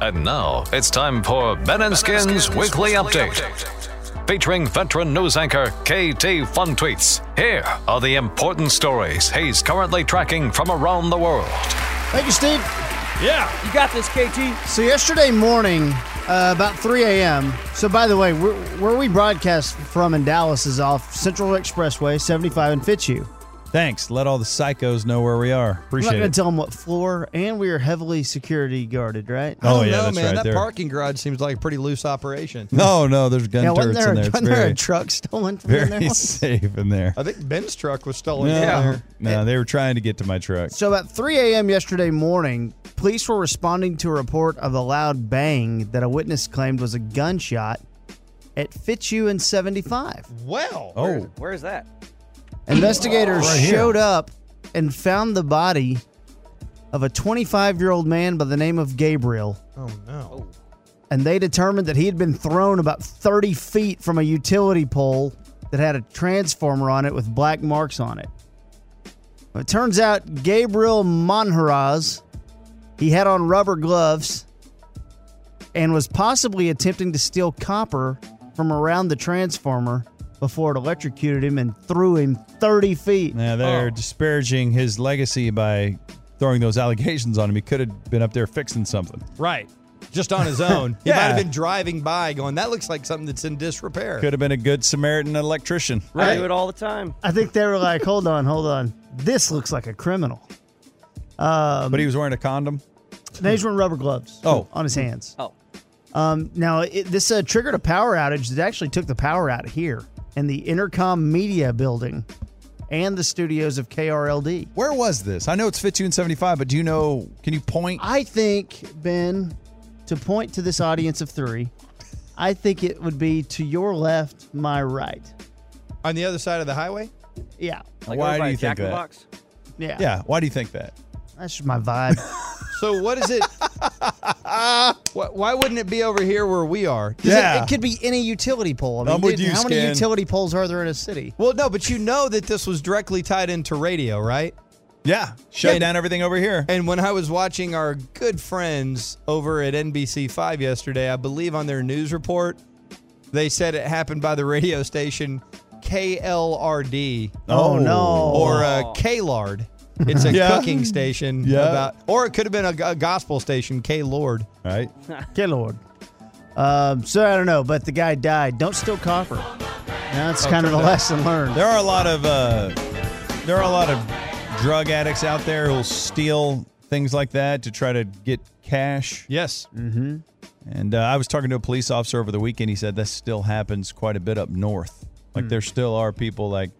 And now it's time for Ben and Skins, Weekly, Update. Featuring veteran news anchor KT Fun Tweets. Here are the important stories he's currently tracking from around the world. Thank you, Steve. You got this, KT. So yesterday morning, uh, about 3 a.m. So by the way, where, where we broadcast from in Dallas is off Central Expressway 75 and Fitzhugh. Thanks. Let all the psychos know where we are. I'm not Appreciate going it. to tell them what floor, and we are heavily security guarded, right? Oh, I don't yeah, know, that's man. right that there. parking garage seems like a pretty loose operation. No, no, there's gun yeah, wasn't turrets there, in there. It's wasn't there very, a truck stolen from in there? very once? safe in there. I think Ben's truck was stolen. No, down there. no, they were trying to get to my truck. So about 3 a.m. yesterday morning, police were responding to a report of a loud bang that a witness claimed was a gunshot at Fitzhugh and 75. Well, Oh, Where is that? Investigators Right here. showed up and found the body of a 25 year old man by the name of Gabriel. oh no. And they determined that he had been thrown about 30 feet from a utility pole that had a transformer on it with black marks on it. It turns out Gabriel Monjaraz, he had on rubber gloves and was possibly attempting to steal copper from around the transformer before it electrocuted him and threw him 30 feet. now Oh. they're disparaging his legacy by throwing those allegations on him. He could have been up there fixing something. Right. Just on his own. He Yeah. might have been driving by going, that looks like something that's in disrepair. Could have been a good Samaritan electrician. I do it all the time. I think they were like, hold on, hold on. This looks like a criminal. but he was wearing a condom. Now he's wearing rubber gloves Oh. on his hands. Oh. Um, now, it, this uh, triggered a power outage that actually took the power out here in the Intercom Media building and the studios of KRLD. Where was this? I know it's 52 and 75, but do you know, can you point? I think, Ben, to point to this audience of three, I think it would be to your left, my right. on the other side of the highway? Yeah. Like why over do by you think Jack in the that? Box. Yeah. Yeah, why do you think that? That's just my vibe. So what is it? Why- Why wouldn't it be over here where we are? 'Cause it- Yeah. It, could be any utility pole. I mean, I'm with dude, you, how many Skin. utility poles are there in a city? Well, no, but you know that this was directly tied into radio, right? Yeah, shut Yeah. down everything over here. And when I was watching our good friends over at NBC5 yesterday, I believe on their news report, they said it happened by the radio station KLRD Oh, no. or uh, K-Lard. It's a Yeah. cooking station. Yeah. About, or it could have been a, g- a gospel station, K-Lord. Right? Okay, Lord. Um, so I don't know, but the guy died. Don't steal copper. Now that's kind of the lesson learned. Oh, There are a lot of uh, there are a lot of drug addicts out there who'll steal things like that to try to get cash. Yes. And uh, I was talking to a police officer over the weekend. He said this still happens quite a bit up north. Like there still are people like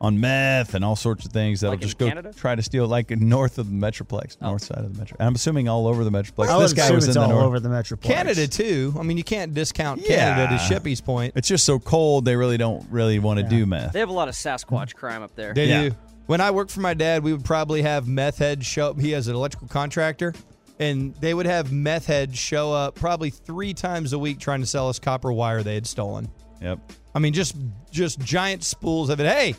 on meth and all sorts of things that'll Like in just go Canada? Oh. try to steal, like north of the metroplex, north side of the metro. And I'm assuming all over the metroplex. I would this guy assume was in it's the all north. over the metroplex. Canada, too. I mean, you can't discount Yeah. Canada to Shippy's point. It's just so cold. They really don't really want to do meth. They have a lot of Sasquatch crime up there. They Yeah. do. When I worked for my dad, we would probably have meth heads show up. He has an electrical contractor, and they would have meth heads show up probably three times a week trying to sell us copper wire they had stolen. Yep. I mean, just just giant spools of it. Hey,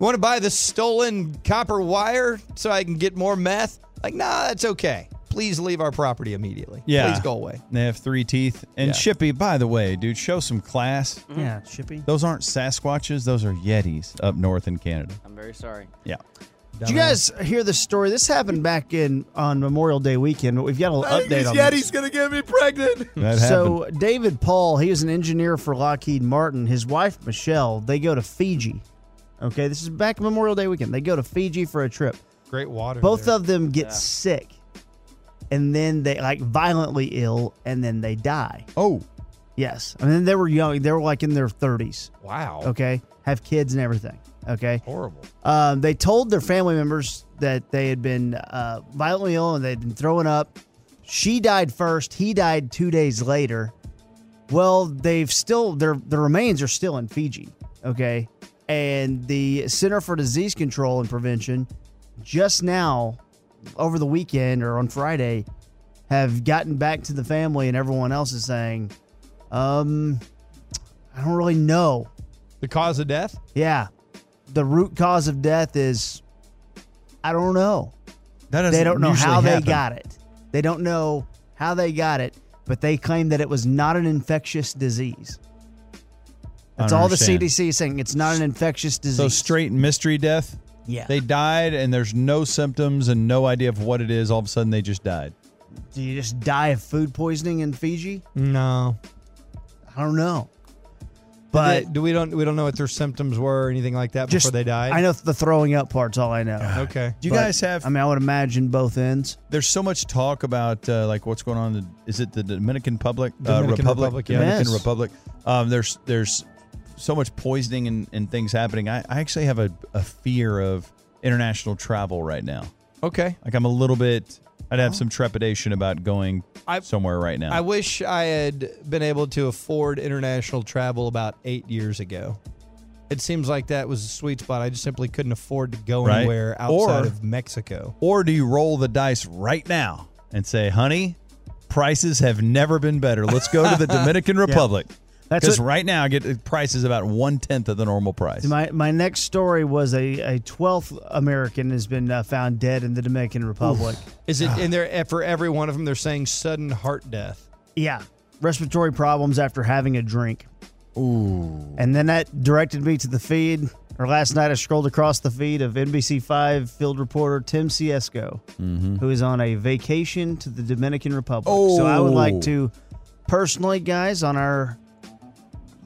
want to buy this stolen copper wire so I can get more meth? Like, nah, that's okay. Please leave our property immediately. Yeah. Please go away. They have three teeth. And Yeah. Shippy, by the way, dude, show some class. Yeah, shippy. Those aren't Sasquatches. Those are Yetis up north in Canada. I'm very sorry. Yeah. Did you guys hear this story? This happened back in on Memorial Day weekend, but we've got an update on this. gonna get me pregnant. That happened. So David Paul, he was an engineer for Lockheed Martin. His wife Michelle, they go to Fiji. Okay, this is back Memorial Day weekend. They go to Fiji for a trip. Great water. Both there. of them get sick, and then they like violently ill, and then they die. Oh, Yes. I mean, they were young. They were like in their 30s. Wow. Okay. Have kids and everything. Okay. Horrible. Um, they told their family members that they had been uh, violently ill and they'd been throwing up. She died first. He died two days later. Well, they've still their the remains are still in Fiji. Okay, and the Center for Disease Control and Prevention just now, over the weekend or on Friday, have gotten back to the family and everyone else is saying, um, I don't really know. The cause of death? Yeah, the root cause of death is I don't know That they doesn't don't know usually how happen. they got it. They don't know how they got it, but they claim that it was not an infectious disease. I That's don't all understand. the CDC is saying. It's not an infectious disease. So straight mystery death. Yeah. They died and there's no symptoms and no idea of what it is. All of a sudden they just died. Do you just die of food poisoning in Fiji? No. I don't know. But do we don't we don't know what their symptoms were or anything like that just before they died? I know the throwing up part's all I know. Okay. Do you But, guys have I mean, I would imagine both ends. there's so much talk about uh, like what's going on. In the, is it the Dominican Public uh, Dominican Republic? Republic, yeah. Dominican Yes. Republic. Um, there's there's so much poisoning and, and things happening. I, I actually have a, a fear of international travel right now. Okay. Like I'm a little bit. I'd have some trepidation about going I- somewhere right now. I wish I had been able to afford international travel about eight years ago. It seems like that was a sweet spot. I just simply couldn't afford to go Right. anywhere outside Or- of Mexico. or do you roll the dice right now and say, "Honey, prices have never been better. Let's go to the Dominican Republic." That's Because what- right now, I get the price is about one tenth of the normal price. My my next story was a, a 12th American has been uh, found dead in the Dominican Republic. Is it in there eh, for every one of them? They're saying sudden heart death. Yeah. Respiratory problems after having a drink. Ooh. And then that directed me to the feed, or last night I scrolled across the feed of NBC5 field reporter Tim Siesco, who is on a vacation to the Dominican Republic. So I would Oh. like to personally, guys, on our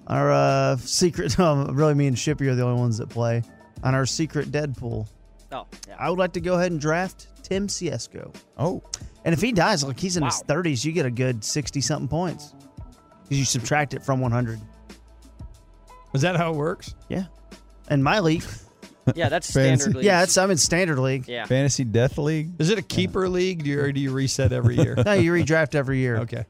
our uh, secret, no, really me and Shippy are the only ones that play, on our secret Deadpool, Oh, yeah. I would like to go ahead and draft Tim Siesco. oh, And if he dies, look, he's in his Wow. 30s. You get a good 60 something points because you subtract it from 100. Is that how it works? Yeah. And my league, yeah, that's Fancy. standard. leagues. yeah, it's, I'm in standard league. yeah. fantasy death league. Is it a keeper league do you, or do you reset every year? No, you redraft every year. okay.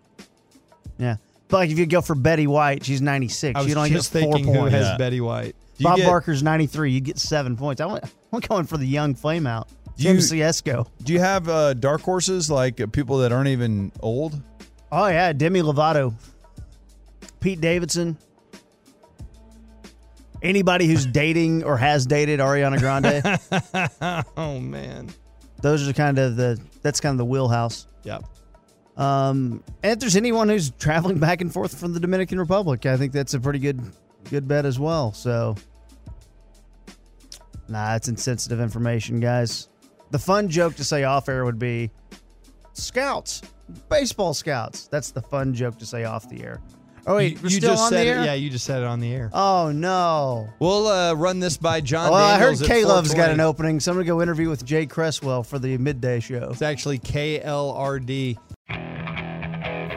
Yeah. But like if you go for Betty White, she's 96. I was You'd only just get four thinking who points. has Yeah. Betty White. Do you Bob get- Barker's 93. You get seven points. I want, I'm going for the young flame out. Do Tim you- Siesco. Do you have uh, dark horses like uh, people that aren't even old? Oh, yeah. Demi Lovato. Pete Davidson. Anybody who's dating or has dated Ariana Grande. Oh man. Those are kind of the, that's kind of the wheelhouse. Yep. Um, and if there's anyone who's traveling back and forth from the Dominican Republic, I think that's a pretty good good bet as well. So, nah, that's insensitive information, guys. The fun joke to say off air would be scouts, baseball scouts. That's the fun joke to say off the air. Oh wait, we're still on the said air. it. Yeah, you just said it on the air. Oh no. We'll uh, run this by John. Well, I heard Daniels at K Love's got 420. an opening, so I'm gonna go interview with Jay Cresswell for the midday show. It's actually KLRD.